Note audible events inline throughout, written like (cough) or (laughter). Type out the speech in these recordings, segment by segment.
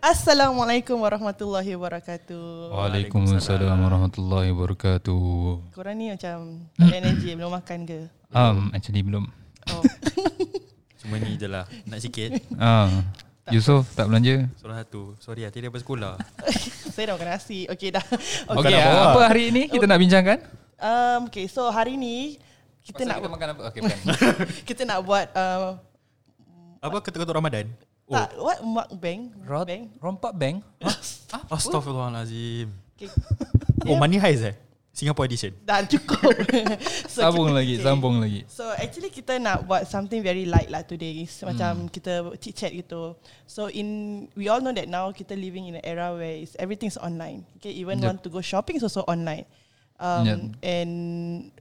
Assalamualaikum warahmatullahi wabarakatuh. Waalaikumsalam warahmatullahi wabarakatuh. Korang ni macam tak ada energy, belum makan ke? Um, actually belum. Oh, Cuma ni je lah Nak sikit Ah, Yusof tak belanja? Soalan satu Sorry lah Tadi dapat sekolah saya dah makan nasi. Okey dah. Okey. Okey, Oh, okay, ah. apa hari ini kita nak bincangkan? Um, okay, so hari ni kita nak kita makan apa? Okey, bukan. (laughs) kita nak buat uh, Apa ketuk-ketuk Ramadan? Oh tak what mukbang? (laughs) Rod, Bang? rompak bank. Astaghfirullahalazim Okay, Oh Money Heist eh Singapore edition dah cukup. so, (laughs) Sambung kita- lagi, okay. sambung lagi. So actually kita nak buat something very light lah today. It's Hmm. Macam kita chit chat gitu. So in we all know that now kita living in an era where it's, everything's online. Okay, even Yep. want to go shopping is also online. Um, Yep. And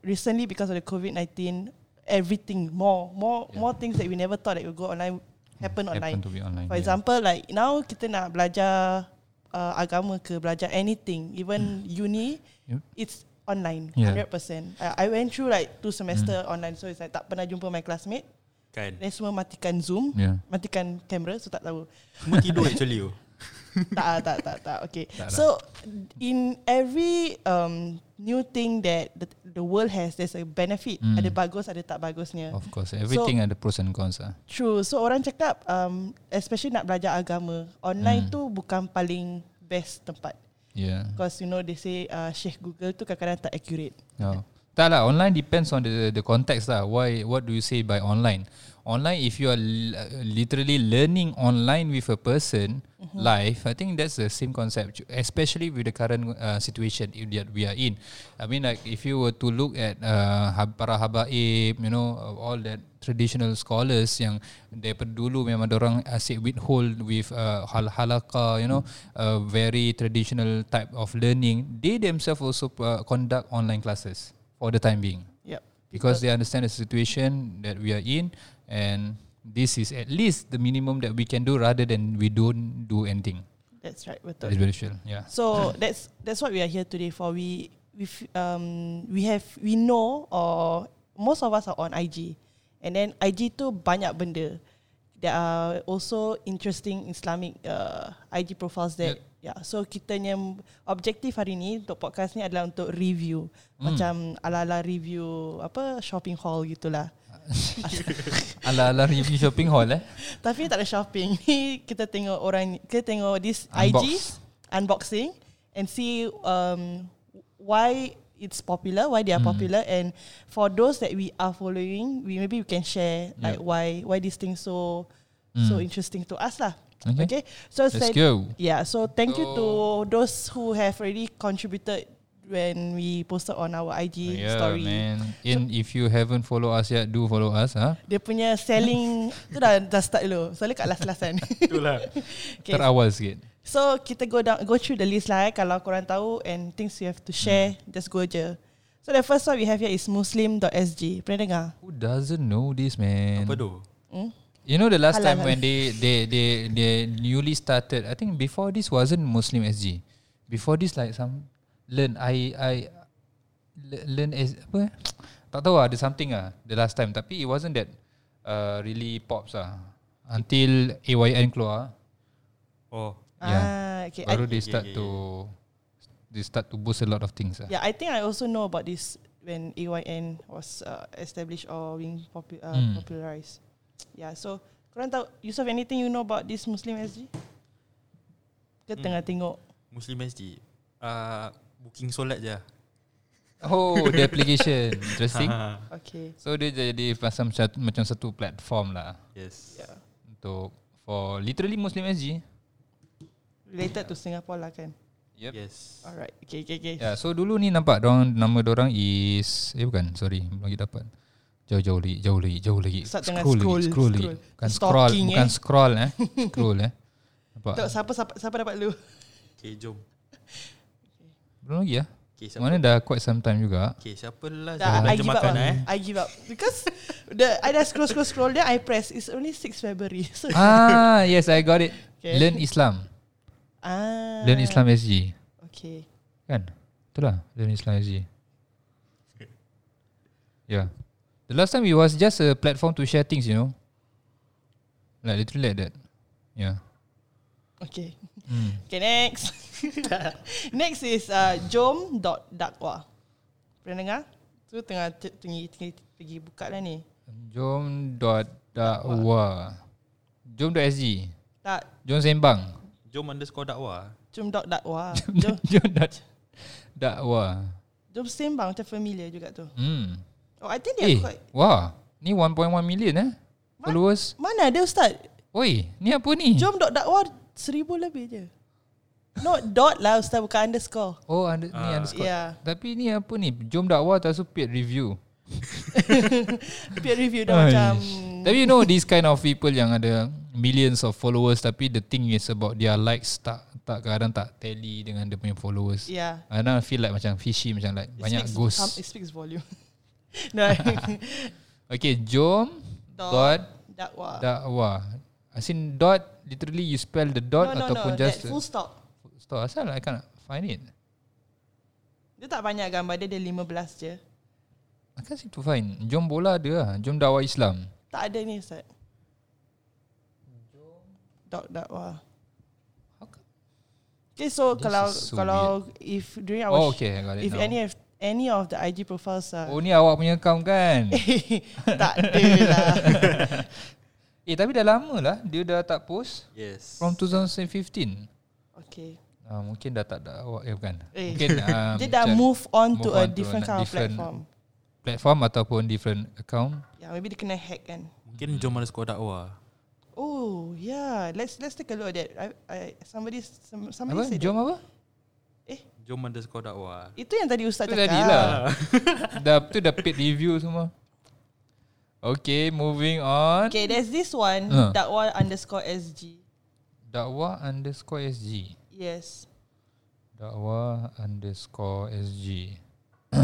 recently because of the COVID nineteen, everything more more more things that we never thought that would go online happen online. Happen to be online. For example, like now kita nak belajar uh, agama ke belajar anything, even uni, Hmm. Yep. it's online, Yeah. Hmm. hundred percent. I I went through like two semester online, so it's like tak pernah jumpa my classmate. Kan Then semua matikan Zoom, Yeah. matikan kamera, so tak (laughs) tahu. Semua tidur actually oh. tak ah, tak tak tak. Okay. Tak lah. so in every um new thing that the, the world has, there's a benefit. Mm. Ada bagus, ada tak bagusnya. Of course, everything ada pros and cons ah. True. So orang cakap um, especially nak belajar agama, online Hmm. tu bukan paling best tempat. Yeah. Because you know they say uh, Sheikh Google tu kadang-kadang tak accurate. No. Tak lah, online depends on the the context lah. Why, what do you say by online? Online, if you are l- literally learning online with a person live, I think that's the same concept, especially with the current uh, situation i- that we are in. I mean, like if you were to look at uh, hab- para habaib, you know, uh, all that traditional scholars yang daripada dulu memang orang asyik withhold with uh, hal halakha, you know, uh, very traditional type of learning. They themselves also uh, conduct online classes for the time being Yep. because they understand the situation that we are in and this is at least the minimum that we can do rather than we don't do anything. That's right. It's Betul. very sure. Yeah. So that's that's what we are here today for. We we f- um we have we know or most of us are on IG, and then IG tu banyak benda. There are also interesting Islamic uh, IG profiles that yeah. So kita punya objektif hari ni untuk podcast ni adalah untuk review macam ala-ala review apa shopping haul gitulah. ala ala review shopping hall eh. Tapi tak ada shopping (laughs) ni kita tengok orang kita tengok this Unbox. IG unboxing and see um why it's popular why they Hmm. are popular and for those that we are following we maybe we can share like why why this thing so so interesting to us lah okay, Hmm. Okay. so Let's go. Oh. yeah so thank you to those who have already contributed when we posted on our IG Yeah, story man. And if you haven't follow us yet, do follow us, huh? dia punya selling (laughs) tu dah dah start dulu soalnya kat last-last (laughs) kan Itulah Okay, Terawal sikit. So kita go down, go through the list lah eh. Kalau korang tahu and things you have to share, Hmm. just go je. So the first one we have here is muslim.sg. Pernah dengar? Who doesn't know this, man? Apa tu? You know the last Halal, time halal. when they they they they newly started, I think before this wasn't Muslim SG. Before this like some learn I I le- learn as apa? eh? tak tahu lah, ada something ah the last time tapi it wasn't that uh, really pops ah until AYN keluar Oh Ah, okay. I, baru they yeah, start yeah, to they start to boost a lot of things ah. yeah, I think I also know about this when AYN was uh, established or being popu- uh, Hmm. popularized. Yeah, so korang tahu, Yusof, anything you know about this muslim SG? Hmm. Kita tengah tengok. Muslim SD uh, Booking solat je Oh, the (laughs) application interesting. Ha, Okay. So dia jadi macam satu- macam satu platform lah Yes Yeah. untuk for literally Muslim SG. Related to Singapore lah kan? Yep. Yes Alright. Okay, okay, okay. Ya, yeah, so dulu ni nampak dorang, nama dorang is eh bukan, sorry, belum lagi dapat. Jauh jauh lagi, jauh lagi, jauh lagi. Start dengan scroll, lagi, scroll, scroll, lagi. scroll. Bukan scroll, Stalking, bukan eh. scroll (laughs) eh. Scroll eh. Nampak? Tengok siapa, siapa, siapa dapat dulu? Okay jom Belum lagi ah. Okay siapa Mana dah quite some time (laughs) juga. Okay siapa last Dah, I Belanja give up makan lah. eh I give up because the I just scroll scroll scroll then I press it's only 6 February. (laughs) So ah, yes, I got it. Okay. Learn Islam. ah Learn Islam SG. Okay. Kan? Itulah, Learn Islam SG. Yeah. The last time it was just a platform to share things, you know. Like literally like that. Yeah. Okay. Hmm. Okay, next. (laughs) next is uh, jom.dakwa. Pernah dengar? Tu tengah te- tengah, tengah, pergi buka lah ni. Jom.dakwa Jom.sg Tak, Jom Sembang Jom underscore dakwa. jom.dakwa. Jom, (laughs) Jom dot- dakwa jom sembang macam familiar juga tu. Hmm Oh, I think dia Eh quite... Wah Ni 1.1 million eh Followers Mana dia Ustaz? Hmm. Oi Ni apa ni Jom dot dakwa seribu lebih je. No dot lah Ustaz bukan underscore. Oh under, ni Ah. underscore Yeah. Tapi ni apa ni Jom dakwa Tak so paid review Peer review dah macam Tapi you know These kind of people Yang ada Millions of followers Tapi the thing is About their likes Tak tak kadang tak tally Dengan dia punya followers yeah. I now feel like Macam fishy Macam like ya. It Banyak speaks- ghost um, it speaks volume. (laughs) (laughs) no. Okay jom Dot. Dot dakwa. dakwa As in dot Literally you spell the dot no, no, no. Ataupun That just full stop. Stop asal I can't find it Dia tak banyak gambar dia, dia 15 je. I can't seem to find Jom bola ada lah Jom dakwa Islam Tak ada ni Ustaz. Dot dakwa. How come- Okay, so This kalau is so kalau if during our Oh sh- okay I got it if now. any of any of the IG profiles are Oh ni awak punya account kan (laughs) tak ada lah. (laughs) Eh tapi dah lama lah Dia dah tak post Yes. From 2015 Okay. uh, Mungkin dah tak ada awak Eh bukan Eh. (laughs) Mungkin um, Dia dah move on to move a on to different a kind of different- platform. Platform ataupun different account Yeah, maybe dia kena hack kan. Mungkin jom underscore dakwa. Oh, yeah. Let's let's take a look at that. I, I, somebody some, somebody Apa? said Jom that. apa? Eh, Jom underscore dakwa. itu yang tadi Ustaz Itu cakap. tadi (laughs) lah dah, Tu dah paid review semua Okay moving on Okay, there's this one. Ah. Dakwa underscore SG. Dakwa underscore SG Yes. (laughs) Dakwa underscore SG (coughs)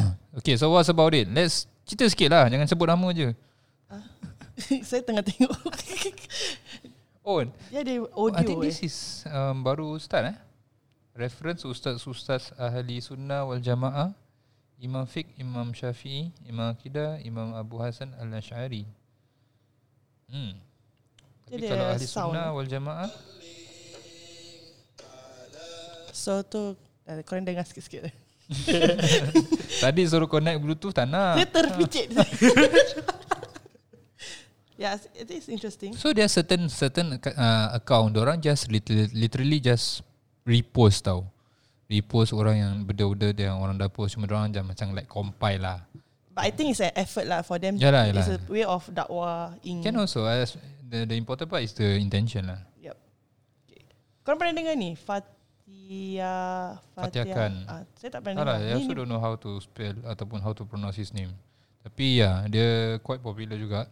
Okay so what's about it Let's cerita sikit lah Jangan sebut nama je Saya tengah tengok. (laughs) Oh yeah, dia I audio think eh. this is um, Baru Ustaz eh Reference Ustaz-Ustaz Ahli Sunnah wal Jamaah Imam Fiqh, Imam Syafi'i Imam Aqidah, Imam Abu Hasan Al-Ash'ari Hmm Tapi Dia kalau ada Ahli sound. eh? Sunnah wal Jamaah So tu, uh, eh. korang dengar sikit-sikit. lah. Tadi suruh connect bluetooth tak nak Saya terpicit. (laughs) yeah, it is interesting. So there are certain certain ac- uh, account orang just literally, literally just repost tau. Repost orang yang benda-benda dia yang orang dah post cuma orang macam macam like compile lah. But I think it's an effort lah for them. Yalah, It's yalah. a way of dakwa in. Can also as the the important part is the intention lah. Yep. Okay. Korang pernah dengar ni? Fatia Fatia Khan. Ah, saya tak pernah Alah, dengar. I Ni, also ni, don't know how to spell ataupun how to pronounce his name. Tapi ya, yeah, dia quite popular juga.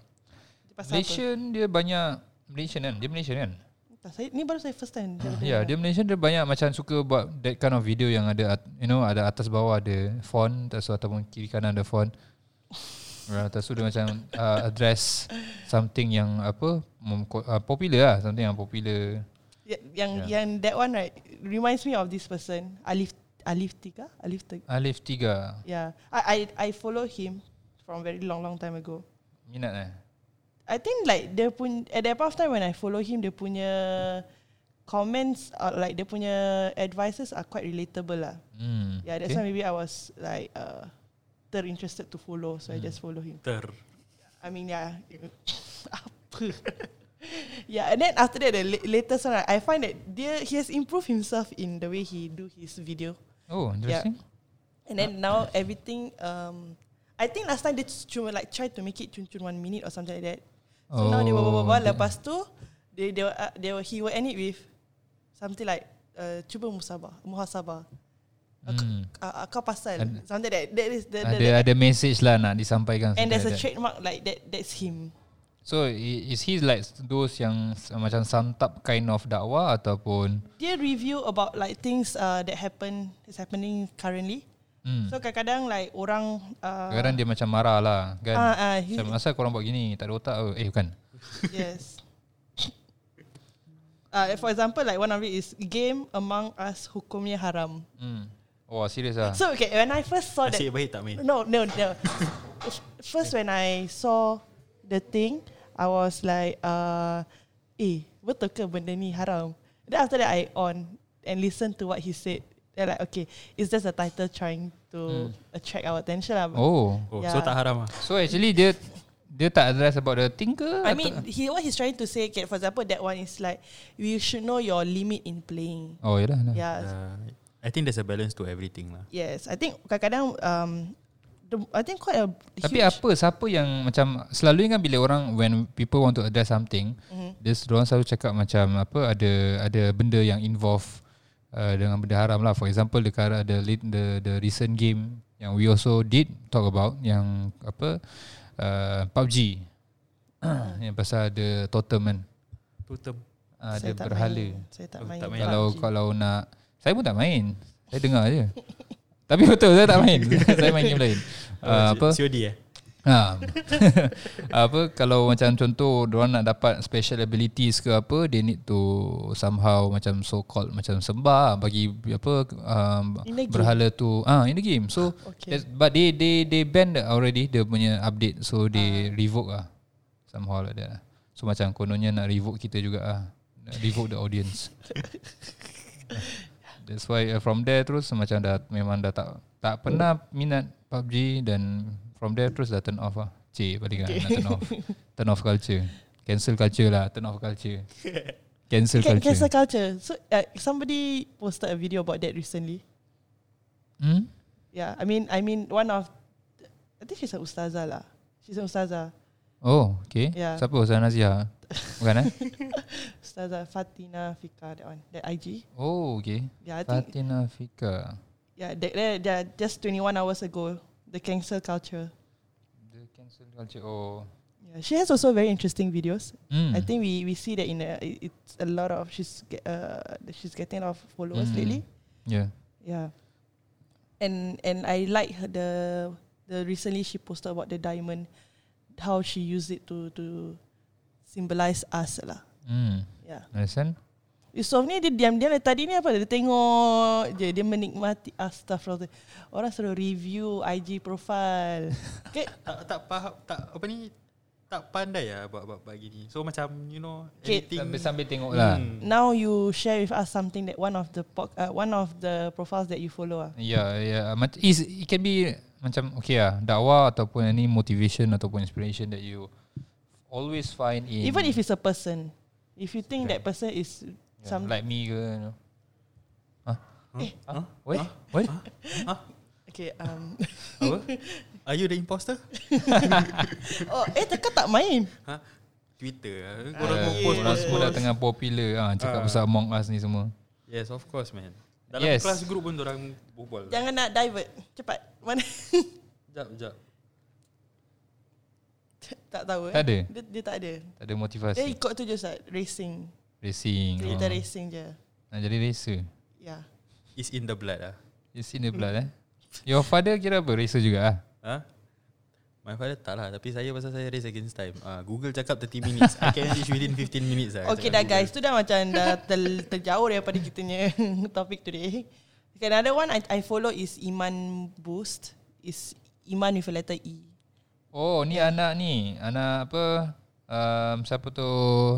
dia pasal apa? Malaysian dia banyak Malaysian kan? Dia Malaysian kan? Tak, saya, ni baru saya first (laughs) time. Ya, yeah, dia Malaysian dia banyak macam suka buat that kind of video yang ada at- you know ada atas bawah ada font atau ataupun kiri kanan ada (laughs) font. Orang atas tu dia macam uh, address something yang apa mem- ko- uh, popular lah, something yang popular. Ya- yang yang that one right reminds me of this person Alif Alif Tiga Alif Tiga Alif 3. yeah I I I follow him from very long long time ago Minat eh? I think like dia pun at that point of time when I follow him dia punya comments or like dia punya advices are quite relatable lah Hmm. yeah that's why maybe I was like uh, interested to follow so I just follow him Ter. I mean yeah (laughs) apa (laughs) yeah and then after that the la- latest one I find that dia he has improved himself in the way he do his video Ya. Oh, interesting. and then now everything um I think last time they cuma like try to make it cun-cun one minute or something like that so now they Oh, bawa-bawa dia- lepas tu they they, were, uh, they were, he will end it with something like uh, cuba musabah muhasabah uh, Hmm. uh, kau pasal Ada- something like that that is the, the, Ada ada message lah nak disampaikan. and something there's like a that. trademark like that that's him So i- is he like those yang s- macam santap kind of dakwah ataupun dia review about like things uh, that happen is happening currently. hmm. So kadang-kadang like orang uh, Kadang dia macam marah lah kan. Ah, ah, he- macam asal korang buat gini tak ada otak ke? Eh bukan. (laughs) yes. Uh, for example, like one of it is game among us hukumnya haram. Hmm. Wah serius lah. So okay, when I first saw Oh, that, Ya. Nasib baik tak main. no, no, (laughs) no. first when I saw the thing, I was like, uh, eh, betul ke benda ni haram? Then after that I on, and listen to what he said. They're like, okay, it's just a title trying to attract our attention. lah. Hmm. Oh. Oh, Yeah. so tak haram ah. So actually dia dia tak address about the thing ke? I atau- mean, he what he's trying to say, okay, for example, that one is like, you should know your limit in playing. Oh, yalah. yalah. Yeah. Uh, I think there's a balance to everything lah. Yes, I think kadang-kadang um, the, I think quite a Tapi huge, apa siapa yang macam selalunya kan bila orang when people want to address something, mm-hmm. dia orang selalu cakap macam apa ada ada benda yang involve uh, dengan benda haram lah. For example dekat ada lit- the the recent game yang we also did talk about yang apa uh, PUBG. (coughs) yang pasal ada totem kan. Totem. Uh, ada saya tak berhala. Main, saya tak Oh, main. tak main. Kalau PUBG. kalau nak Saya pun tak main Saya dengar je (laughs) Tapi betul saya tak main (laughs) Saya main game lain uh, Apa COD eh? ha. (laughs) Apa Kalau macam contoh Diorang nak dapat Special abilities ke apa They need to Somehow Macam so called Macam sembah Bagi apa um, In the game. Berhala tu ah In the game So Okay. that's, But they they they ban that already Dia punya update Ah. So they revoke lah Somehow like that lah. So macam kononnya Nak revoke kita juga ah Nak revoke the (laughs) audience That's why uh, from there terus macam dah memang dah tak tak pernah minat PUBG dan from there terus dah turn off lah. Cik paling okay. nak turn off. Turn off culture. Cancel culture lah, turn off (laughs) culture. Cancel Can, culture. cancel culture. So uh, somebody posted a video about that recently. Hmm? Yeah, I mean, I mean, one of, I think she's an ustazah lah. She's an ustazah, Oh, okay. Yeah. Siapa Ustaz Nazia? Bukan eh? ustazah Fatina Fika that one, that IG. Oh, okay. Yeah, I think Fatina Fika. yeah, they they they're just 21 hours ago. The cancel culture. The cancel culture. Oh. Yeah, she has also very interesting videos. Hmm. I think we we see that in a, it- it's a lot of she's ge- uh she's getting a lot of followers Mm. lately. Yeah. Yeah. And and I like her the the recently she posted about the diamond, how she used it to to symbolize us lah. Hmm. Yeah. Understand? Yusof ni dia diam-diam dari tadi ni apa dia tengok je dia menikmati astagfirullah. Orang suruh review IG profile. (laughs) Okay. Tak tak faham tak apa ni tak pandai lah buat buat buat gini. So macam you know Okay. anything Sambil, sambil tengok lah. Hmm. Now you share with us something that one of the po- uh, one of the profiles that you follow ah. Ya, ya. Mac- Is it can be macam okay lah dakwah ataupun any motivation ataupun inspiration that you always find in Even if it's a person. If you think that person is yeah, some like me ke you know. Eh. Huh? What? What? okay um (laughs) Apa? (laughs) Are you the imposter? oh eh teka tak main. Ha? Twitter. ah. Korang Orang mau post orang post semua Eh, dah post. tengah popular ah cakap Ah. pasal Among Us ni semua. Yes, of course man. Dalam Yes. yes. kelas group pun orang berbual. Sekejap, Jangan nak divert. Cepat. Mana (laughs) sekejap. tak tahu. eh. Tak ada? Dia, dia tak ada. Tak ada Dia motivasi. ikut tu je Ustaz. Racing. Racing. Kita Oh. racing je. Ya. Nak jadi racer. Yeah. It's in the blood ah. It's in the blood eh. Your father kira apa? Racer juga ah. Ha? My father tak lah Tapi saya pasal saya race against time uh, Google cakap 30 minutes I can reach within 15 minutes lah Okay dah Cakap guys, tu dah macam dah ter, terjauh daripada kitanya (laughs) topik today. Okay, another one I, I follow is Iman Boost. Is Iman with a letter E. Oh, ni anak ni. Anak apa? Um, siapa tu?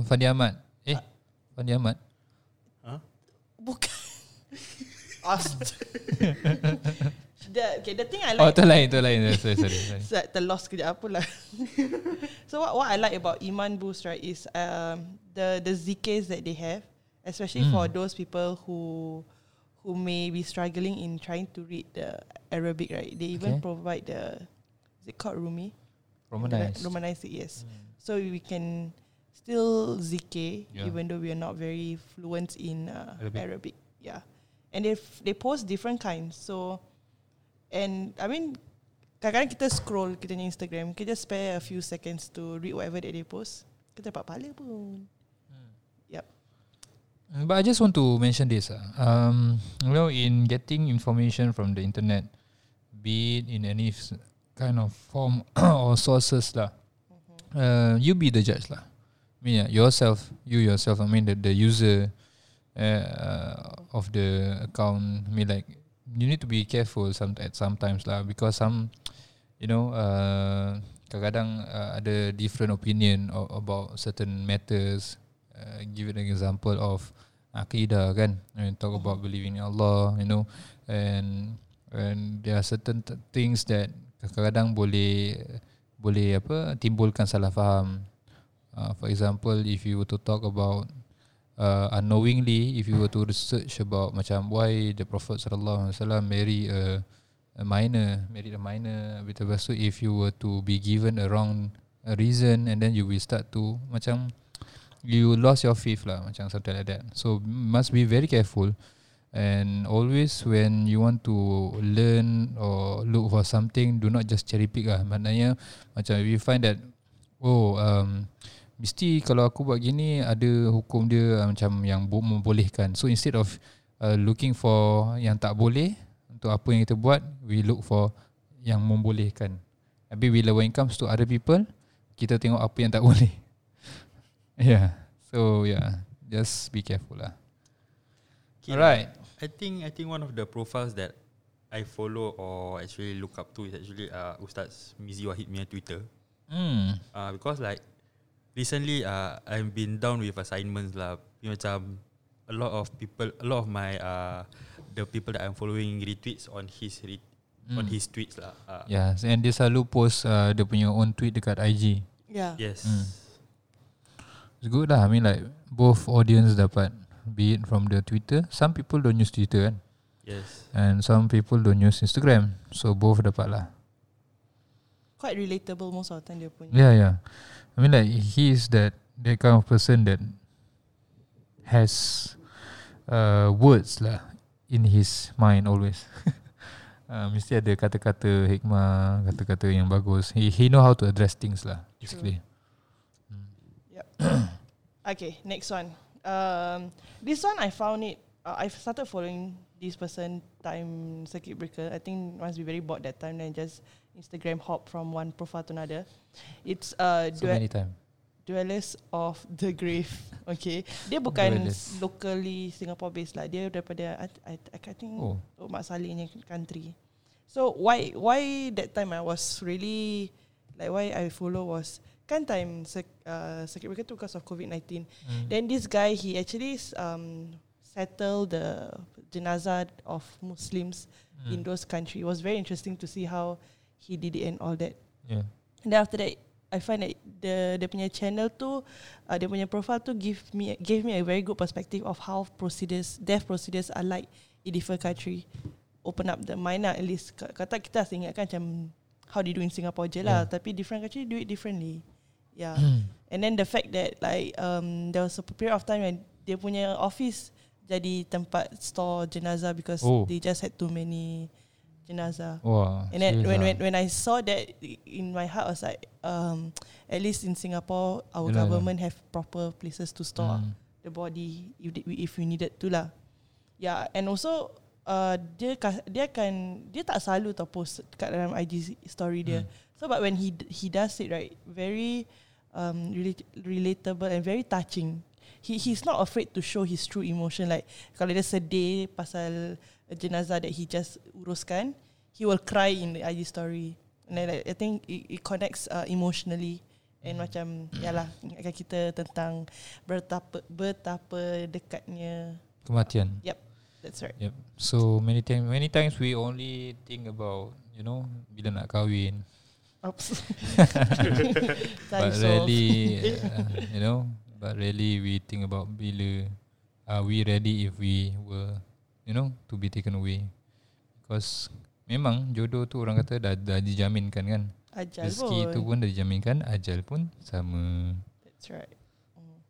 Fandi Ahmad. Eh, Fandi Ahmad. Google. Ha? Bukan. (laughs) Ast. the, okay, the thing I Oh like tu lain tu lain Sorry sorry, (laughs) sorry. So, terlost kejap apa lah. (laughs) so what what I like about Iman Boost right is um the the zikrs that they have, especially for those people who who may be struggling in trying to read the Arabic right. They even Okay. provide the is it called Rumi? Romanised Romanized it, yes. Hmm. So we can still zikir Yeah. even though we are not very fluent in uh, Arabic. Arabic. Yeah, and they f- they post different kinds. So, and I mean, kadang-kadang kita scroll kita punya Instagram, kita spare a few seconds to read whatever that they post. Kita dapat pahala pun. Yep. Mm, But I just want to mention this. ah. Um, you know, in getting information from the internet, be it in any s- kind of form (coughs) or sources lah, uh, you be the judge lah. I mean, yeah, yourself, you yourself. I mean, the the user uh, of the account. I mean, like you need to be careful some at sometimes lah because some, you know, uh, kadang uh, ada different opinion o- about certain matters. Uh, give it an example of akidah kan and talk about believing in Allah you know and and there are certain t- things that kadang-kadang boleh boleh apa timbulkan salah faham uh, for example if you were to talk about uh, unknowingly if you were to research about macam why the prophet sallallahu alaihi wasallam marry a, a minor married a minor habis tu lepas tu if you were to be given a wrong a reason and then you will start to macam you lost your faith lah macam something like that so must be very careful and always when you want to learn or look for something do not just cherry pick lah maknanya macam if you find that oh um, mesti kalau aku buat gini ada hukum dia ah, macam yang bo- membolehkan so instead of uh, looking for yang tak boleh untuk apa yang kita buat we look for yang membolehkan tapi bila when it comes to other people kita tengok apa yang tak (laughs) boleh yeah so yeah just be careful lah Okay. alright I think I think one of the profiles that I follow or actually look up to is actually uh, Ustaz Mizi Wahid punya Twitter. hmm Uh, because like recently uh, I've been down with assignments lah. You know, macam a lot of people, a lot of my uh, the people that I'm following retweets on his re- on his tweets lah. Uh, Mm. yeah hmm. Ya, and dia selalu post uh, dia punya own tweet dekat IG Yeah. Yes. Mm. It's good lah. I mean like both audience dapat be it from the Twitter. Some people don't use Twitter kan. Yes. And some people don't use Instagram. So both dapat lah. Quite relatable most of the time dia punya. Yeah, yeah. I mean like he is that that kind of person that has uh, words lah in his mind always. (laughs) uh, mesti ada kata-kata hikmah, kata-kata yang bagus. He he know how to address things lah basically. Okay, next one. Um, this one I found it. Uh, I started following this person time circuit breaker. I think must be very bored that time. Then just Instagram hop from one profile to another. It's uh, So dua- many time. Dwellers of the Grave. (laughs) Okay, dia bukan Dwellers. locally Singapore based lah. Dia daripada I, I, I think Oh. Tok Mak Saleh punya country. So why why that time I was really like why I follow was kan time circ- uh, circuit breaker tu because of COVID-19. Mm. Then this guy he actually s- um settle the jenazah of Muslims Mm. Hmm. in those country. It was very interesting to see how he did it and all that. Yeah. (coughs) And then after that I find that the dia punya channel tu uh, dia punya profile tu give me gave me a very good perspective of how procedures death procedures are like in different country open up the mind lah at least Ka- kata kita asyik ingatkan macam how they do in Singapore je lah Yeah. tapi different country do it differently yeah and then the fact that like um there was a period of time when dia punya office jadi tempat store jenazah because Oh. they just had too many jenazah Wah. And then serious when, lah. when when I saw that i- in my heart I was like, um, at least in Singapore our Yelah, yelah. government have proper places to store Mm. the body if they, if you needed to lah. Yeah, and also uh, dia kas- dia kan dia tak selalu tau post kat dalam IG story dia. So but when he d- he does it right, very um relate- relatable and very touching. He he's not afraid to show his true emotion like kalau dia sedih pasal jenazah that he just uruskan, he will cry in the IG story. And then like, I think it, it connects uh, emotionally and macam yalah ingatkan kita tentang betapa betapa dekatnya. Kematian. Yep. That's right. Yep. So many times many times we only think about you know bila nak kahwin. (laughs) Oops. Sorry, but so- (laughs) really uh, you know but really we think about bila are we ready if we were you know to be taken away. Because memang jodoh tu orang kata dah, dah dijaminkan kan. ajal Rezeki pun. tu pun dah dijaminkan, ajal pun sama. That's right. Mm.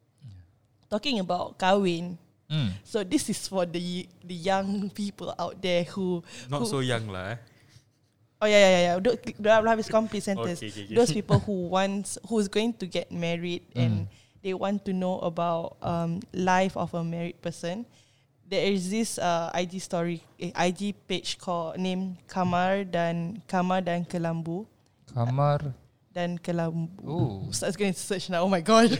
Talking about kahwin. Hmm. So this is for the the young people out there who who, Not so young lah. Eh. Oh yeah yeah yeah. yeah. Don't, don't have his complete sentence. Okay, okay, Mm. okay. (laughs) Those people who wants who's going to get married and they want to know about um life of a married person. There is this uh, IG story eh, IG page called name Kamar dan Kamar dan Kelambu Kamar. dan Kelambu. Oh. Ustaz going to search now. Oh my god.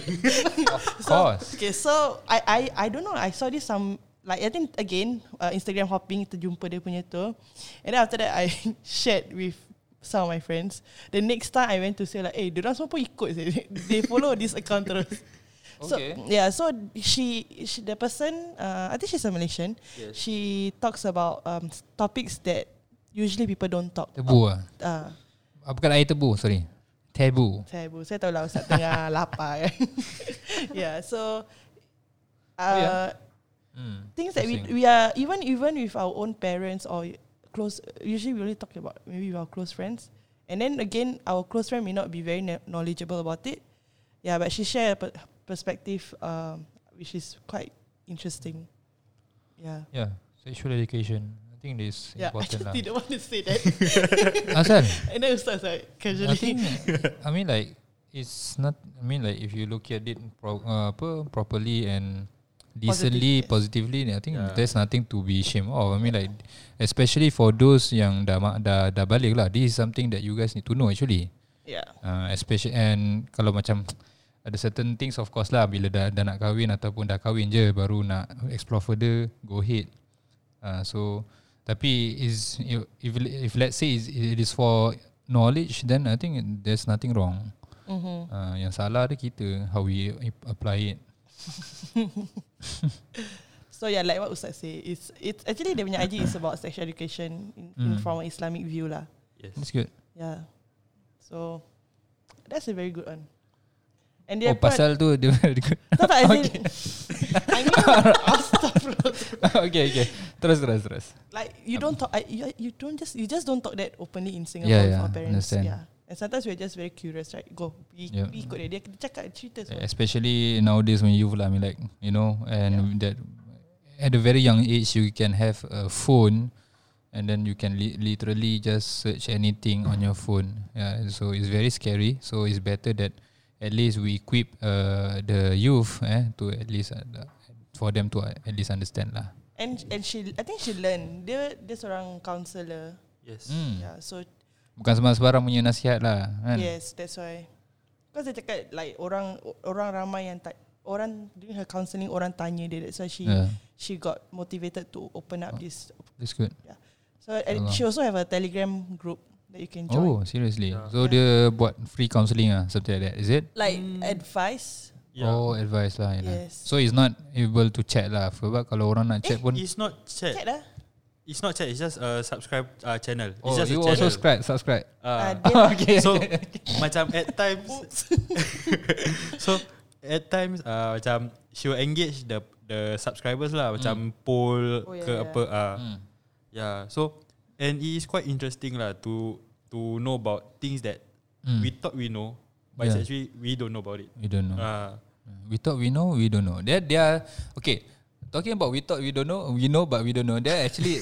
Of course. Okay, so I I I don't know. I saw this some like I think again uh, Instagram hopping terjumpa dia punya tu, and then after that I (laughs) shared with some of my (laughs) friends. The next time I went to say like, eh, hey, orang semua pun ikut sih. They follow this account terus. So Okay. yeah, so she, she the person uh, I think she's a Malaysian. Yes. She talks about um, s- topics that usually people don't talk. Tebu ah. Ah, uh, Ah, bukan air tebu, sorry. Tebu. saya bu, saya tahu lah Ustaz tengah (laughs) lapar. Kan? yeah, so uh, Oh, yeah. Hmm. things that we Interesting. we are even even with our own parents or close usually we only talk about maybe with our close friends and then again our close friend may not be very kno- knowledgeable about it yeah but she shared a per- perspective um, which is quite interesting yeah Yeah, Ya, sexual education. I think this yeah (laughs) I important just lah. didn't want to say that (laughs) Asal? and then Ustaz like I casually think I mean like it's not I mean like if you look at it pro, uh, apa, properly and decently positively I think Yeah. there's nothing to be ashamed of I mean like especially for those yang dah ma- dah dah balik lah this is something that you guys need to know actually (laughs) yeah uh, especially and kalau macam ada certain things of course lah bila dah, dah nak kahwin ataupun dah kahwin je baru nak explore further go ahead uh, so tapi is if if if let's say is it is for knowledge then I think there's nothing wrong mm-hmm. uh, yang salah ada kita how we ap- apply it so yeah like what Ustaz say it's it's actually the punya IG is about sexual education in, in Mm. from an Islamic view lah Yes. that's good Yeah. So that's a very good one. And oh they're quite- pasal tu dia (laughs) Tak, tak, as in- I mean, Astaghfirullah. okay okay terus terus terus like you don't talk. I, you, you don't just you just don't talk that openly in Singapore Yeah, with yeah, our parents. understand. Yeah. And sometimes we're just very curious, right? Go, we, Yeah. we ikut dia. Dia dia cakap cerita semua. especially nowadays when you've like, I mean, like you know and that at a very young age you can have a phone and then you can li- literally just search anything on your phone yeah so it's very scary so it's better that at least we equip uh, the youth eh, to at least uh, for them to uh, at least understand lah And and she, I think she learn. Dia dia seorang counselor. Yes. hmm. Yeah. So bukan sembarang-sembarang punya nasihat lah kan Yes, that's why. Because dia cakap like orang orang ramai yang tak orang during her counselling orang tanya dia. That's why she yeah Oh. she got motivated to open up this. that's good So and Allah. she also have a Telegram group that you can join. oh seriously Yeah. so Yeah. dia buat free counselling ah something like that is it Like Mm. advice. Yeah. Oh advice lah yelah. Yes. So it's not able to chat lah Sebab kalau orang nak chat pun It's not chat. Chat lah. It's not chat. It's just a subscribe uh, channel. Oh it's just you a also channel. subscribe Subscribe Uh, (laughs) Uh, dia Okay (laughs) so macam at times (laughs) so at times uh, macam she will engage the the subscribers lah macam poll Oh, ke yeah, apa ah uh, Hmm. yeah so and it is quite interesting lah to to know about things that Hmm. we thought we know but it's Yeah. actually we don't know about it We don't know ah We thought we know We don't know They they are Okay Talking about we thought we don't know We know but we don't know They're actually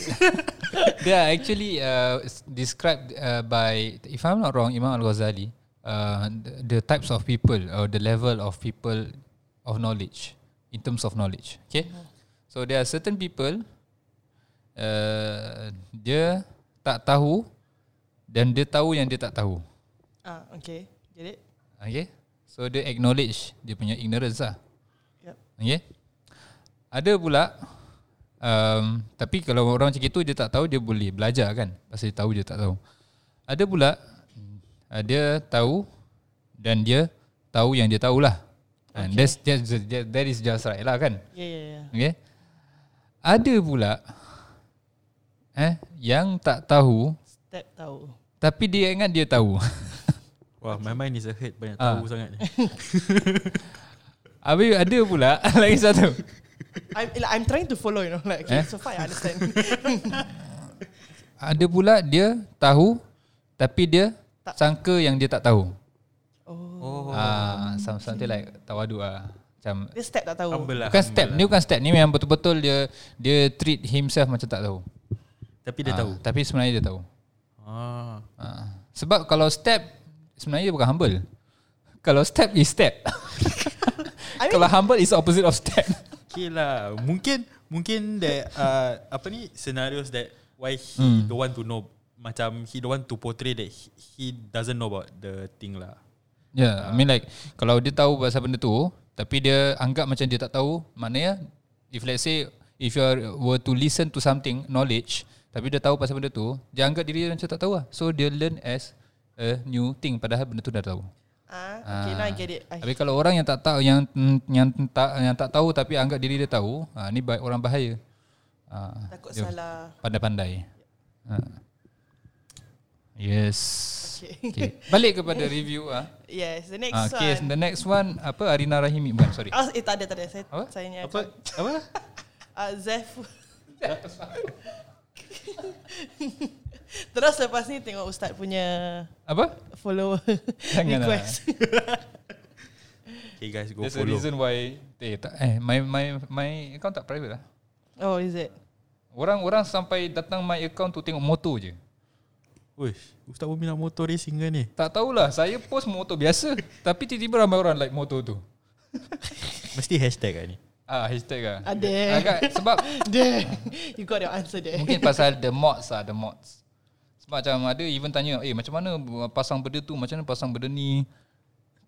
(laughs) They are actually uh, s- Described uh, by If I'm not wrong Imam Al-Ghazali uh, the, the types of people Or the level of people Of knowledge In terms of knowledge Okay So there are certain people uh, Dia Tak tahu Dan dia tahu yang dia tak tahu ah okay. Get it? Okay So dia acknowledge Dia punya ignorance lah Yep. Okay Ada pula um, Tapi kalau orang macam itu Dia tak tahu Dia boleh belajar kan Pasal dia tahu dia tak tahu Ada pula uh, Dia tahu Dan dia Tahu yang dia tahulah And that's, that's, that, that is just right lah kan Yeah, yeah, yeah. Okay Ada pula eh, Yang tak tahu Step tahu. Tapi dia ingat dia tahu (laughs) wah my mind is a hurt banyak Ah. tahu sangat Habis ada pula (laughs) Lagi satu I'm like, I'm trying to follow, you know. Like okay, Eh? so far I understand. (laughs) Ada pula dia tahu tapi dia tak. sangka yang dia tak tahu. oh, (laughs) oh Ah, some something like tawadu ah. Macam dia step tak tahu. humble lah bukan humble step, lah. ni bukan step ni memang betul-betul dia dia treat himself macam tak tahu. tapi dia Ah, tahu Tapi sebenarnya dia tahu. ah Ah. Sebab kalau step sebenarnya dia bukan humble. Kalau step is step. I mean- kalau humble is opposite of step. Okay lah Mungkin Mungkin that uh, Apa ni Scenarios that Why he don't want to know Macam He don't want to portray That he, he doesn't know about The thing lah Yeah, Ya, Ah. I mean like kalau dia tahu pasal benda tu tapi dia anggap macam dia tak tahu, maknanya if let's say if you are, were to listen to something knowledge tapi dia tahu pasal benda tu, dia anggap diri dia macam tak tahu lah. So dia learn as a new thing padahal benda tu dah tahu. Ah, okay, now I get it. I, Tapi kalau orang yang tak tahu yang mm, yang tak yang tak tahu tapi anggap diri dia tahu, ha, ni ba- orang bahaya. Ha, takut dia salah. Pandai-pandai. Ha. (laughs) Yes. Okay. Okay. Balik kepada review ah. Yes, the Ha, next okay, one. the next one apa Arina Rahimi bukan sorry. Ah, eh, tak ada, tak ada. Saya, Apa? saya ni Apa? Apa? (laughs) Ah, Zef. (laughs) Terus lepas ni tengok Ustaz punya Apa? follower Jangan lah. request. (laughs) Okay guys, go There's a follow. reason why eh, tak, eh my my my account tak private lah. Oh, is (laughs) it? Orang-orang sampai datang my account tu tengok motor je. Uish, Ustaz Bumi nak motor racing kan ni? Tak tahulah saya post motor biasa tapi tiba-tiba ramai orang like motor tu. Mesti hashtag kan ni? Ah hashtag ah. Ada. Agak (laughs) sebab There. You got your answer there. mungkin pasal the mods ah, the mods. Sebab macam ada even tanya, "Eh, macam mana pasang benda tu? Macam mana pasang benda ni?"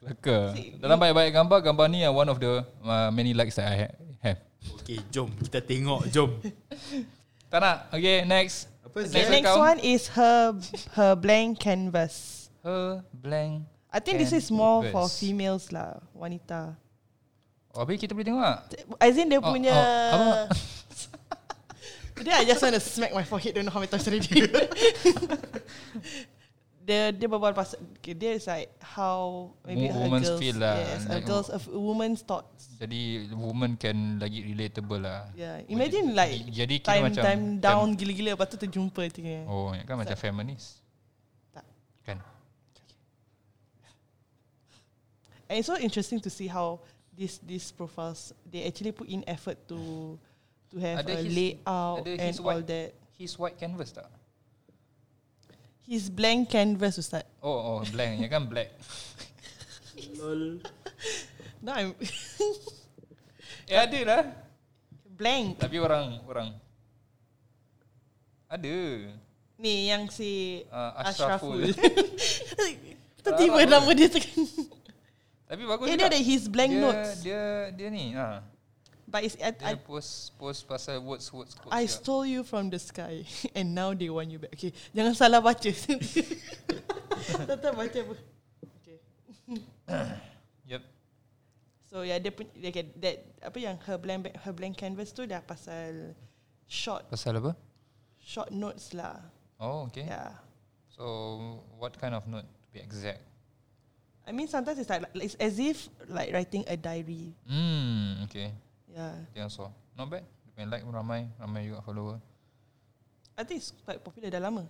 Kelakar. Dalam banyak-banyak gambar, gambar ni are one of the uh, many likes that I ha- have. Okay, jom. Kita tengok, jom. Tak nak. Okay, next. Apa The next account. one is her her blank canvas. Her blank. I think this is Canvas. more for females lah, wanita. Oh, habis kita boleh tengok tak? As in dia Oh, punya oh, apa? (laughs) Today I just want to smack my forehead Don't know how many times (laughs) already Dia dia berbual pasal okay, Dia is like How Maybe Wo- her woman's girls feel lah, Yes her like- girls of Woman's thoughts Jadi woman can lagi relatable lah. Yeah Imagine like jadi kira Time macam- time down Gila-gila Lepas tu terjumpa tinggal. Oh, kan macam feminist. Tak. Kan. Oh. And it's so interesting to see how these these profiles they actually put in effort to to have Ada a his- layout ada and his all white- that. His white canvas tak? His blank canvas Ustaz. Oh, oh blank. ya kan black. (laughs) Now I'm (laughs) Eh ada lah. blank. Tapi orang orang ada. Ni yang si Ah, Ashraful. (laughs) Ashraful. Tiba-tiba nama dia tekan. Tapi bagus Eh juga. dia ada his blank dia, notes. Dia dia ni ha. But it's, I, I, Dia post post pasal words words quotes. I dia. stole you from the sky (laughs) and now they want you back. Okay, jangan salah baca. (laughs) Tetap baca apa? Okay. (coughs) Yep. So yeah, dia pun dia get that apa yang her blank ba- her blank canvas tu dah pasal short Pasal apa? short notes lah. Oh, okay. Yeah. Yeah. So what kind of note to be exact? I mean sometimes it's like, like it's as if like writing a diary. Hmm, okay. Yeah. Tengok so. Not bad. Dia punya like pun ramai, ramai juga follower. I think it's quite popular dah lama.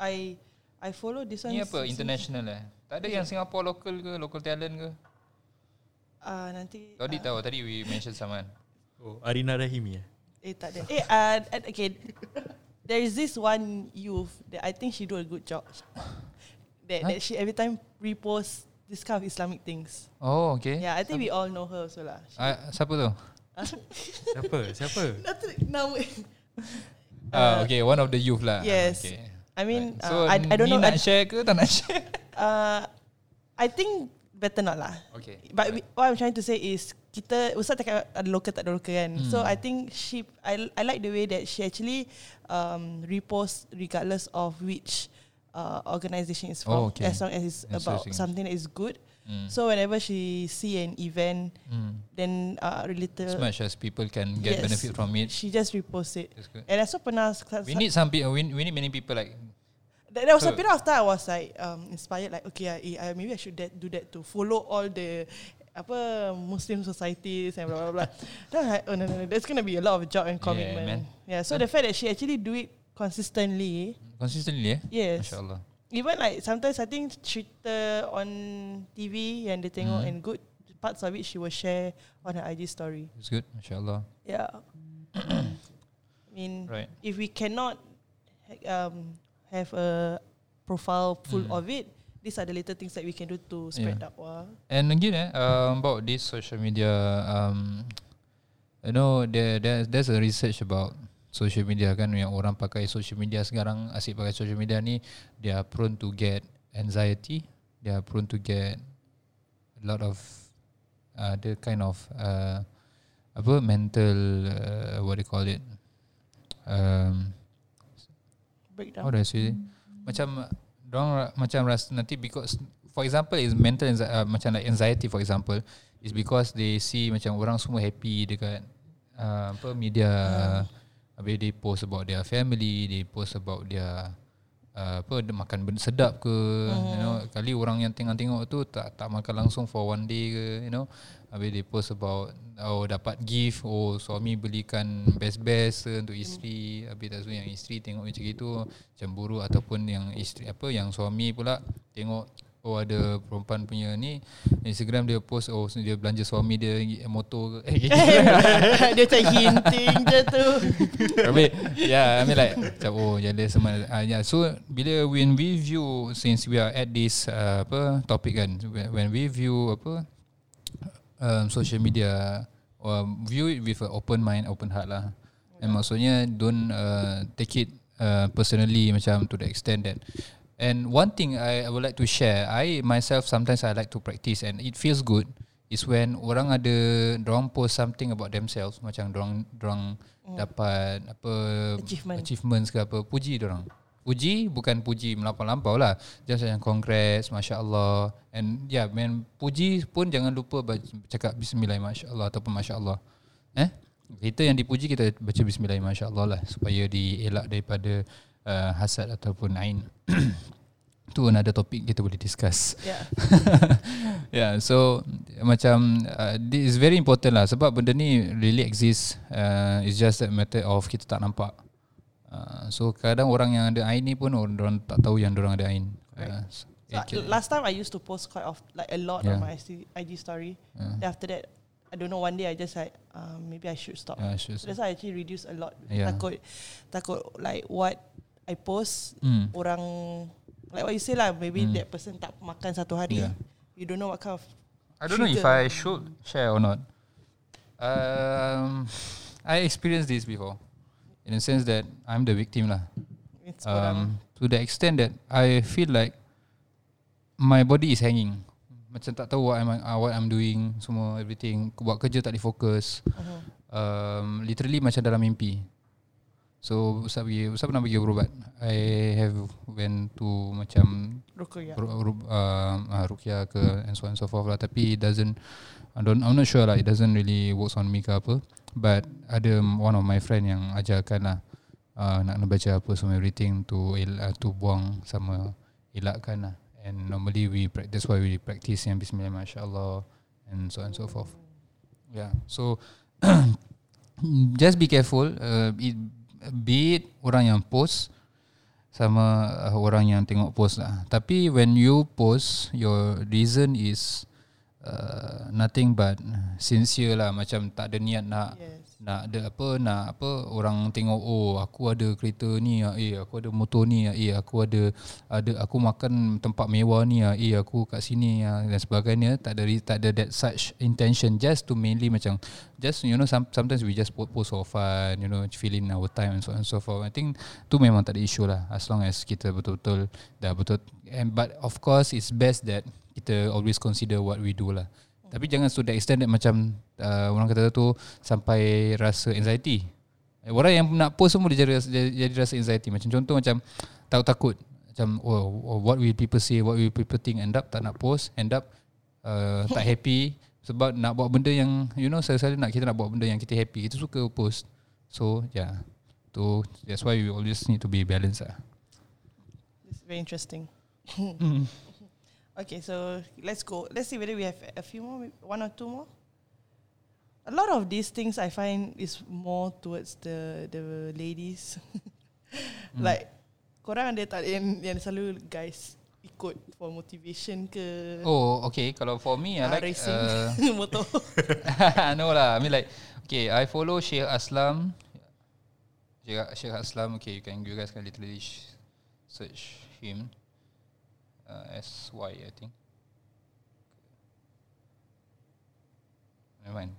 I I follow this one. Ni apa? since- International eh? Tak ada yang Singapore local ke? Local talent ke? Ah uh, nanti. Kau di tahu tadi we mention someone. Oh, Arina Rahimi eh? Eh tak ada. Eh uh, okay. There is this one youth that I think she do a good job. that Huh? that she every time repost this kind of Islamic things. Oh, okay. Yeah, I think we all know her so lah. Ah, siapa tu? Siapa? Siapa? Nanti nama. (laughs) Ah, okay, one of the youth lah. yes. Okay. Uh, I mean, Right. so uh, I, I don't ni know. I, nak share ke tak nak (laughs) share? uh, I think better not lah. Okay. But we, what I'm trying to say is kita Ustaz cakap ada local tak ada local kan. So Hmm. I think she I I like the way that she actually um repost regardless of which uh, organisation it's from Oh, okay. as long as it's That's about so sing- something that is good. Mm. So whenever she see an event Mm. then uh, related As much as people can get Yes. benefit from it. she just repost it. That's good. And I so pernah We need some people. We, we need many people like. There, there was a Her. period after I was like um, inspired, like okay, I, I maybe I should that, do that to follow all the apa Muslim societies and blah (laughs) blah blah. then I, oh no no no, there's gonna be a lot of job and Yeah, commitment. man. Yeah, so the fact that she actually do it consistently, Consistently eh? yes. Masya-Allah. Even like sometimes I think cerita on TV yang dia tengok Mhm. and good parts of it she will share on her IG story. It's good. Masya-Allah. Yeah. (coughs) I mean, Right. if we cannot um, have a profile full Mm. of it, these are the little things that we can do to spread Yeah. dakwah. And again eh, um, about this social media um you know there there's, there's a research about social media kan yang orang pakai social media sekarang asyik pakai social media ni they are prone to get anxiety, they are prone to get a lot of uh, the kind of uh, apa mental uh, what do you call it um how Breakdown. Oh, (laughs) do I say macam dorang ra- macam ras nanti because for example is mental anxi- uh, macam like anxiety for example is because they see macam orang semua happy dekat uh, apa media habis they post about their family they post about their uh, apa dia makan benda sedap ke you know kali orang yang tengah tengok tu tak tak makan langsung for one day ke you know habis they post about oh dapat gift oh suami belikan best-best ke untuk isteri habis dah tu yang isteri tengok macam gitu cemburu ataupun yang isteri apa yang suami pula tengok Oh ada perempuan punya ni Instagram dia post Oh dia belanja suami dia (laughs) gi- Motor ke (laughs) eh, gitu. (laughs) Dia macam hinting je tu Habis Yeah I mean like Macam oh jealous sama uh, yeah. So bila when we view Since we are at this uh, apa Topic kan when- When we view apa um, Social media um, View it with an open mind Open heart lah And maksudnya Don't uh, take it uh, Personally Macam to the extent that And one thing I, I would like to share I myself sometimes I like to practice And it feels good Is when orang ada Diorang post something about themselves Macam diorang Diorang dapat Apa Achievement. achievements ke apa puji orang puji bukan puji melampau-lampau lah just yang congrats masya-Allah and yeah man puji pun jangan lupa baca, cakap bismillah masya-Allah ataupun masya-Allah eh kita yang dipuji kita baca bismillah masya-Allah lah supaya dielak daripada uh, hasad ataupun ain (clears throat) tu another topic kita boleh discuss (laughs) yeah. (laughs) yeah, so macam uh, this is very important lah sebab benda ni really exist. Uh, it's just a matter of kita tak nampak. Uh, so kadang orang yang ada ain ni pun orang orang tak tahu yang orang ada ain. Uh, so, So, it- Last time I used to post quite of Like a lot Yeah. Uh-huh. on my IG IG story Yeah. Then after that I don't know one day I just like um, Maybe I should stop yeah, sure. So that's why I actually reduce a lot Yeah. Takut Takut like what I post Hmm. Orang Like what you say lah Maybe Hmm. that person tak makan satu hari Yeah. You don't know what kind of I don't know if trigger. I should share or not. Um, I experienced this before, in a sense that I'm the victim lah. It's orang um, to the extent that I feel like my body is hanging. Macam tak tahu what I'm uh, what I'm doing, semua everything. Buat kerja tak difokus. Mhm. Um, literally macam dalam mimpi. So Ustaz pergi Ustaz pernah pergi berubat I have went to macam Rukia ru, ru, uh, uh, Rukia ke And so on and so forth lah Tapi it doesn't I don't, I'm not sure lah It doesn't really works on me ke apa But Ada one of my friend yang Ajarkan lah uh, Nak kena baca apa Semua everything To el- uh, to buang Sama Elakkan lah And normally we practice Why we practice Yang Bismillah Masya Allah And so on and so forth Yeah So (clears throat) Just be careful uh, it, Be it Orang yang post sama uh, orang yang tengok post lah. Tapi when you post, your reason is uh, nothing but sincere lah. Macam tak ada niat nak Yes nak ada apa nak apa orang tengok oh aku ada kereta ni ah, eh aku ada motor ni ah, eh aku ada ada aku makan tempat mewah ni ah, eh aku kat sini ah, dan sebagainya tak ada re- tak ada that such intention just to mainly macam just you know some, sometimes we just po- post for fun you know fill in our time and so on and so forth I think tu memang tak ada issue lah as long as kita betul-betul dah betul and but of course it's best that kita always consider what we do lah tapi jangan to the extent that macam uh, orang kata tu sampai rasa anxiety. Eh, Orang yang nak post semua dia jadi, jadi, jadi rasa anxiety. Macam contoh macam takut-takut. Macam oh, oh, what will people say, what will people think. End up tak nak post, end up uh, tak happy. Sebab nak buat benda yang, you know, selalu nak kita nak buat benda yang kita happy. Kita suka post. So, yeah. So, that's why we always need to be balanced lah. It's very interesting (laughs) Mm-hmm. Okay so Let's go Let's see whether we have A few more maybe One or two more A lot of these things I find Is more towards The the ladies (laughs) Mm. Like Korang ada tak Yang, yang selalu guys Ikut for motivation ke Oh, okay. Kalau for me, I uh, like... Hmm. Racing Uh, (laughs) Motor (laughs) no lah. I mean like, okay, I follow Sheikh Aslam. Sheikh, Sheikh Aslam, okay, you can you guys can literally sh- search him. Uh, S Y, I think. Never mind.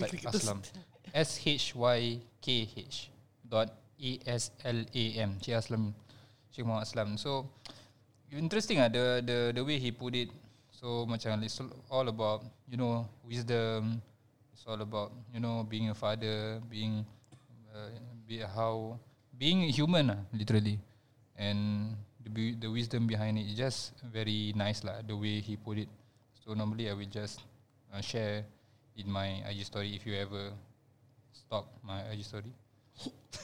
(laughs) like Aslam. S H Y K H dot E S L A M. Sheikh Aslam, Sheikh Muhammad Aslam. So interesting ah the the the way he put it. So macam it's all about you know wisdom. It's all about you know being a father, being uh, be how being human ah literally, lah, and the be- the wisdom behind it is just very nice lah. The way he put it. So normally I will just uh, share in my IG story if you ever stalk my IG story. (laughs)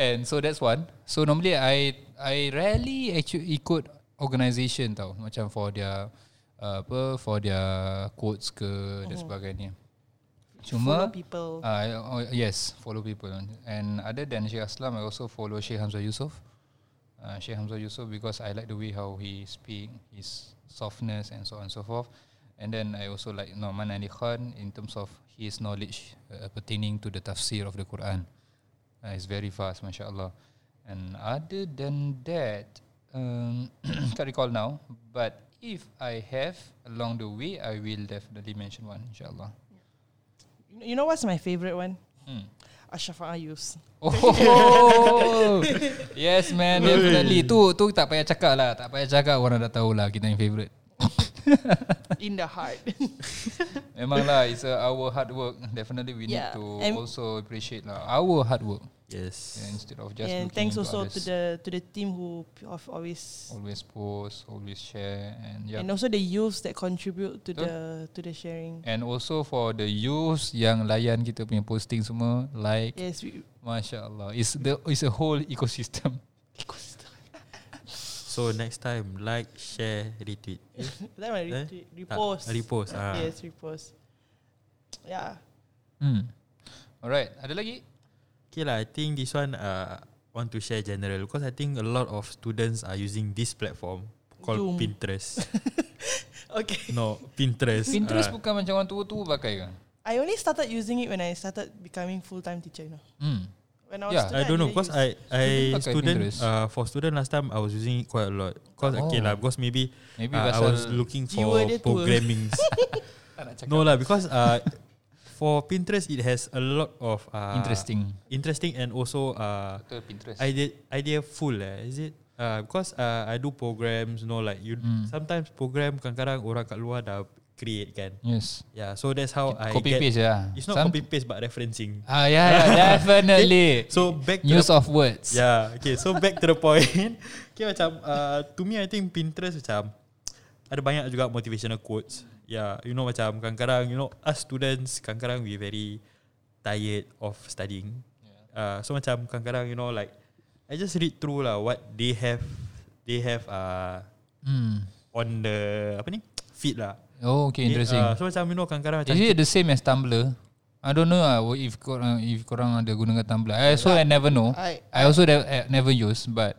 And so that's one. So normally I I rarely actually ikut organisation tau macam for their uh, apa for their quotes ke dan sebagainya. Follow Cuma people. uh, I, oh, yes, follow people. And other than Sheikh Aslam, I also follow Sheikh Hamzah Yusof. Uh, Sheikh Hamzah Yusof because I like the way how he speak, his softness and so on and so forth. And then I also like Norman Ali Khan in terms of his knowledge uh, pertaining to the tafsir of the Quran. Uh, it's very vast, mashallah. And other than that, um, (coughs) can't recall now. But if I have along the way, I will definitely mention one, inshallah. You know- you know what's my favorite one? Hmm. Ashraf Ayus. (laughs) Oh, yes man, definitely. Tu tu tak payah cakap lah, tak payah cakap orang dah tahu lah kita yang favourite. In the heart. Memang lah, it's a, our hard work. Definitely we Yeah, need to and- also appreciate lah our hard work Yes. instead of just and looking thanks into also to others. the to the team who p- have always always post, always share, and yeah. and also the youths that contribute to Betul. the to the sharing. And also for the youths yang layan kita punya posting semua, like, Yes, we masya Allah, it's the it's a whole ecosystem. So next time like, share, retweet. that one Eh? retweet- Tak, repost. repost. Ah. Yes, repost. Yeah. (laughs) Hmm. Alright, ada lagi? Okay lah, I think this one uh, want to share general because I think a lot of students are using this platform called Zoom. Pinterest. (laughs) Okay. no, Pinterest. Pinterest Ah, bukan macam orang tua-tua pakai ke? I only started using it when I started becoming full time teacher. You know, Hmm. when I was Yeah, student, Uh, I don't know didn't because use. I I Student pakai student Pinterest. uh, for student last time I was using it quite a lot. Cause okay Oh. lah because maybe, Maybe uh, I pasal was looking for Jiwa dia tua. (laughs) programming. tak nak cakap. no lah because uh, for Pinterest it has a lot of uh, Interesting. interesting and also uh, Betul Pinterest. idea idea full eh is it uh, because uh, I do programs you know like you Hmm. sometimes program kadang-kadang orang kat luar dah create kan yes. yeah so that's how Oh, I copy get paste ya. it's not copy paste but referencing Ah yeah, (laughs) (laughs) yeah definitely. so back to Use the, of words. yeah Ya, okay so back to the point (laughs) okay macam uh, to me I think Pinterest macam ada banyak juga motivational quotes yeah you know macam kadang-kadang you know us students kadang-kadang we very tired of studying Uh, so macam kadang-kadang you know like I just read through lah what they have they have uh, Hmm. on the apa ni feed lah. Oh okay interesting. Uh, so macam you know kadang-kadang macam Is it the same as Tumblr? I don't know ah, if korang if korang ada gunakan Tumblr. I also I never know. I- I also de- I never use but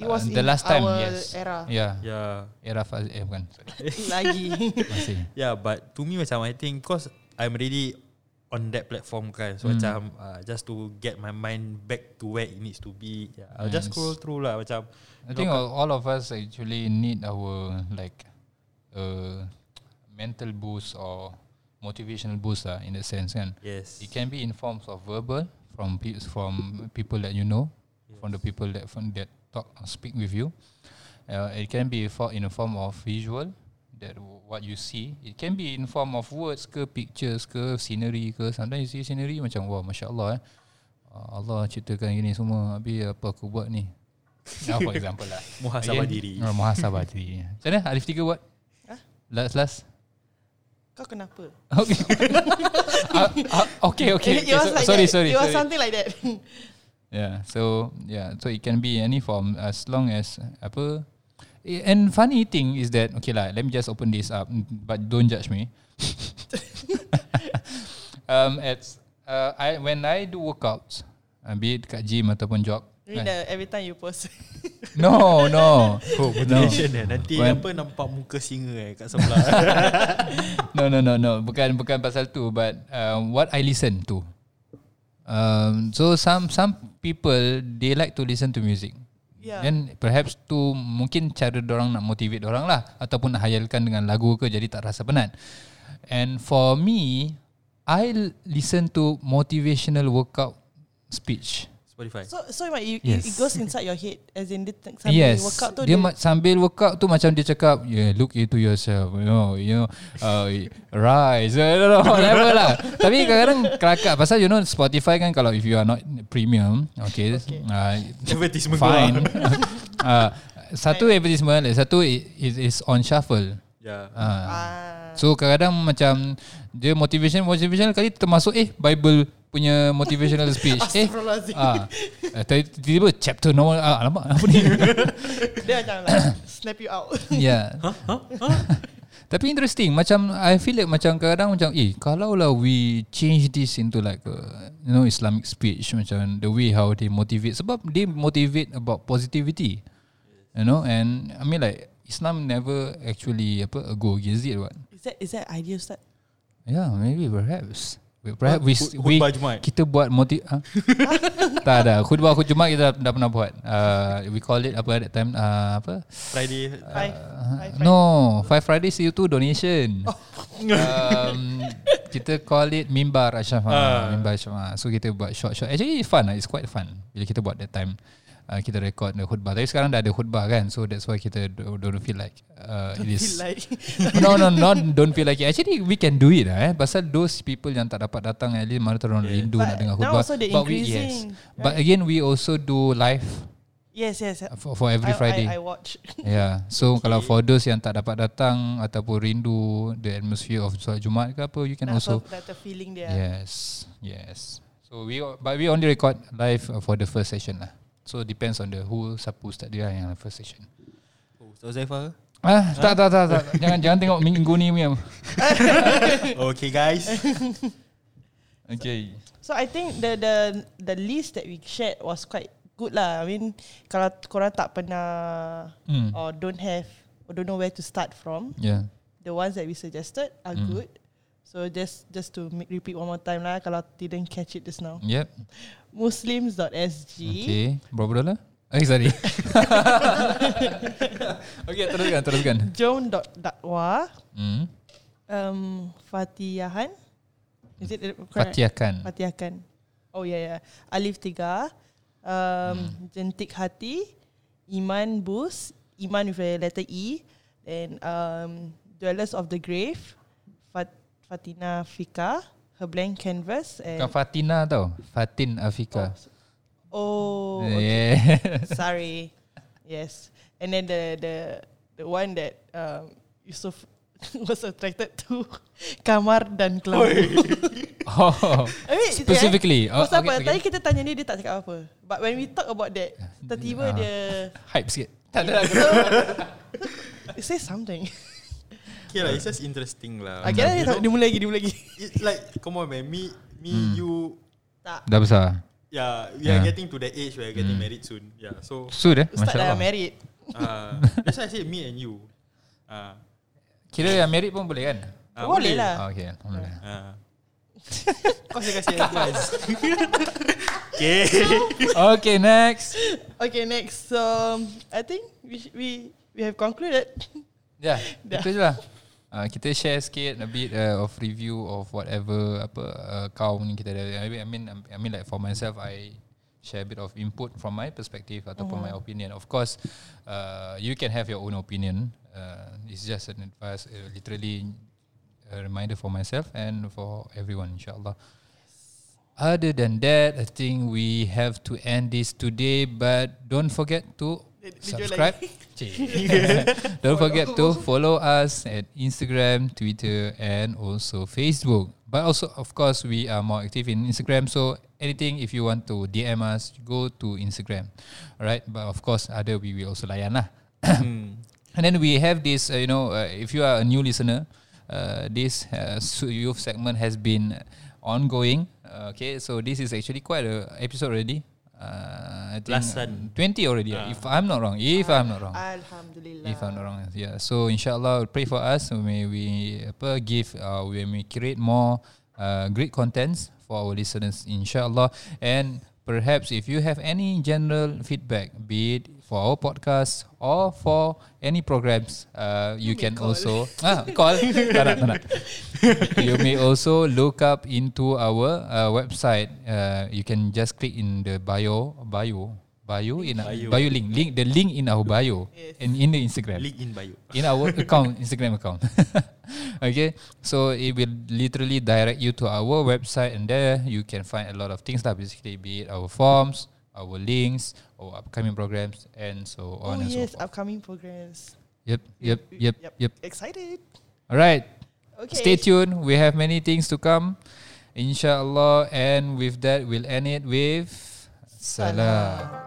It was uh, the in last time our yes. era. Yeah. yeah Era Faz eh bukan. Sorry. lagi. (laughs) Masih. yeah Ya, but to me macam I think cause I'm really on that platform kan Hmm. so macam uh, just to get my mind back to where it needs to be yeah, I'll just Yes. scroll through lah macam I think all, all of us actually need our like uh, mental boost or motivational boost lah in that sense kan. yes It can be in forms of verbal from pe- from people that you know, from the people that from that talk or speak with you. Uh, it can be for in a form of visual that w- what you see. It can be in form of words ke pictures ke scenery ke. Sometimes you see scenery macam wah masya-Allah eh. Uh, Allah ciptakan gini semua. Habis apa aku buat (laughs) ni? Now for example lah. muhasabah diri Oh, muhasabah diri. Macam mana? Alif tiga buat? Hah? Last last. Kau kenapa? Okay. (laughs) Ah, ah, okay, okay. (laughs) It- it okay. was So- like sorry, that. sorry. It was sorry. something like that. (laughs) Yeah. So yeah. So it can be any form as long as apa. Eh, And funny thing is that okay lah. Let me just open this up, mm, but don't judge me. (laughs) um, it's uh, I when I do workouts, uh, be it kat gym ataupun jog. You eh, know, uh, every time you post. (laughs) No, no. Oh, motivation eh. Nanti When- apa nampak muka singa eh kat (laughs) sebelah. No no no no bukan bukan pasal tu but um, what I listen to. Um, so some some people they like to listen to music. Yeah. Then perhaps tu mungkin cara orang nak motivate orang lah ataupun nak hayalkan dengan lagu ke jadi tak rasa penat. And for me, I l- listen to motivational workout speech. Spotify. So so what you, Yes. it goes inside your head as in dia teng- sambil yes. workout tu dia, ma- sambil workout tu macam dia cakap, yeah, look into yourself, you know, you know, uh, rise, (laughs) I don't know, whatever lah. Tapi kadang-kadang kelakar pasal you know Spotify kan kalau if you are not premium, okay, okay. Uh, Advertisement fine. keluar. (laughs) uh, satu advertisement, lagi satu i- is, is on shuffle. Yeah. Ah. Ah. So kadang-kadang macam dia motivation motivational kali termasuk eh Bible punya motivational speech. eh Astaghfirullahalazim. ah. Eh, tiba- Tiba-tiba chapter normal ah, Alamak apa ni Dia macam like Snap you out Ya Tapi interesting Macam I feel like Macam kadang-kadang macam Eh kalau lah we Change this into like a, You know Islamic speech Macam the way how they motivate Sebab they motivate About positivity You know And I mean like Islam never actually apa go against it what Is that is that idea Ustaz? Yeah, maybe perhaps. We, perhaps we, Khut- we khutbah Jumaat. kita buat moti ha? tak ada khutbah khutbah Jumaat kita dah, dah pernah buat. Uh, we call it apa that time uh, apa? Friday. Five, five, Oh. Uh, no, Five Fridays itu donation. um, kita call it mimbar ashraf. Ah. Uh. Mimbar ashraf. So kita buat short short. Actually it's fun. lah. It's quite fun. Bila kita buat that time uh, kita record the khutbah. Tapi sekarang dah ada khutbah kan. So that's why kita don't, don't feel like uh, it is (laughs) Feel like no no not don't feel like it. Actually we can do it lah eh. Pasal those people yang tak dapat datang at least mana terus yeah. rindu But nak dengar now khutbah. also they're increasing, But again we also do live Yes yes for, for I, every Friday. I, I watch Yeah. Ya, So okay. kalau for those yang tak dapat datang ataupun rindu the atmosphere of solat Jumaat ke apa ya. you (laughs) can That also felt- That the feeling there Yes. Yes. So we o- but we only record live uh, for the first session lah. So depends on the who siapa ustaz dia yang first session. Oh, Ustaz Zaifa. Ah, tak tak tak tak. jangan jangan tengok minggu ni punya. okay guys. Okay. So I think the the the list that we shared was quite good lah. I mean, kalau korang tak pernah Hmm. Ya. or don't have or don't know where to start from, Yeah. the ones that we suggested are Hmm. good. So just just to make, repeat one more time lah kalau didn't catch it just now. Yep. Muslims.sg Okay. Berapa dolar? Eh, (laughs) sorry. okay, teruskan, teruskan. Joan.dakwa Hmm. um, Fatiahan Is it correct? Patiakan. Fatiakan. Oh ya yeah, ya. Yeah. Alif tiga. Um, Jentik hati. Iman bus. Iman with a letter E. And um, Dwellers of the Grave. Fat, Fatina Fika. Her blank canvas. And Bukan Fatina tau. Fatin Afika. oh, Eh, okay. Yeah. (laughs) sorry. Yes. And then the the the one that um, Yusuf (laughs) was attracted to (laughs) Kamar dan Kelabu. oh. (laughs) I mean, Specifically. Oh, Pasal okay, apa? okay. Tadi kita tanya dia dia tak cakap apa. But when we talk about that, tiba-tiba Ah. dia Hype sikit. Tak ada lah. say something. Okay lah, it's just interesting lah. Okay, lah, dia, You tak- dia know, mula lagi, dia mula lagi. it's like, come on man, me, me, Hmm. you, (laughs) Tak. (laughs) Dah besar. yeah, we are Yeah. getting to the age where we are getting married soon. Yeah, so Sudah. Ustaz eh? Masya dah Allah. married. uh, that's why I say me and you. Uh, Kira yang married pun boleh kan? Ah, boleh boleh. lah. Ah, okay. Alhamdulillah. uh. Kau saya kasih advice. okay. Okay, next. Okay, next. So, um, I think we sh- we we have concluded. (laughs) Ya, Dah. yeah, itu je lah. Uh, kita share sikit a bit uh, of review of whatever apa uh, kaum ni kita ada. I mean, I mean, um, I mean like for myself, I share a bit of input from my perspective ataupun my opinion. Of course, uh, you can have your own opinion. Uh, it's just an advice, uh, literally a reminder for myself and for everyone, insyaAllah. Other than that, I think we have to end this today. But don't forget to Dia- dia jual subscribe. Cik. (laughs) don't forget to follow us at Instagram, Twitter, and also Facebook. But also, of course, we are more active in Instagram. So anything, if you want to DM us, go to Instagram. All right. But of course, other we will also layan lah. Hmm. (coughs) And then we have this, uh, you know, uh, if you are a new listener, uh, this uh, su- youth segment has been ongoing. Uh, okay, so this is actually quite a episode already. Uh, I think Last one. Ah. twenty already. yeah, If I'm not wrong, if I'm not wrong, Alhamdulillah. if I'm not wrong, yeah. So inshallah, pray for us. May we apa, give, uh, may we create more uh, great contents for our listeners. Inshallah, and perhaps if you have any general feedback, be it for our podcast or for any programs, uh, you can also (laughs) ah, call. Tak nak, tak nak. you may also look up into our uh, website. Uh, you can just click in the bio bio bio in our bio, Bio. link link the link in our bio Yes. and in the Instagram Link in bio. in our account Instagram account. (laughs) okay, so it will literally lah. direct you to our website, and there you can find a lot of things. That basically be it our forms, our links, our upcoming programs, and so Oh on and yes, so forth. upcoming programs. Yep, yep, yep, yep. Excited. All right. Okay. Stay tuned. We have many things to come. Inshallah. And with that, we'll end it with Salah. Salam.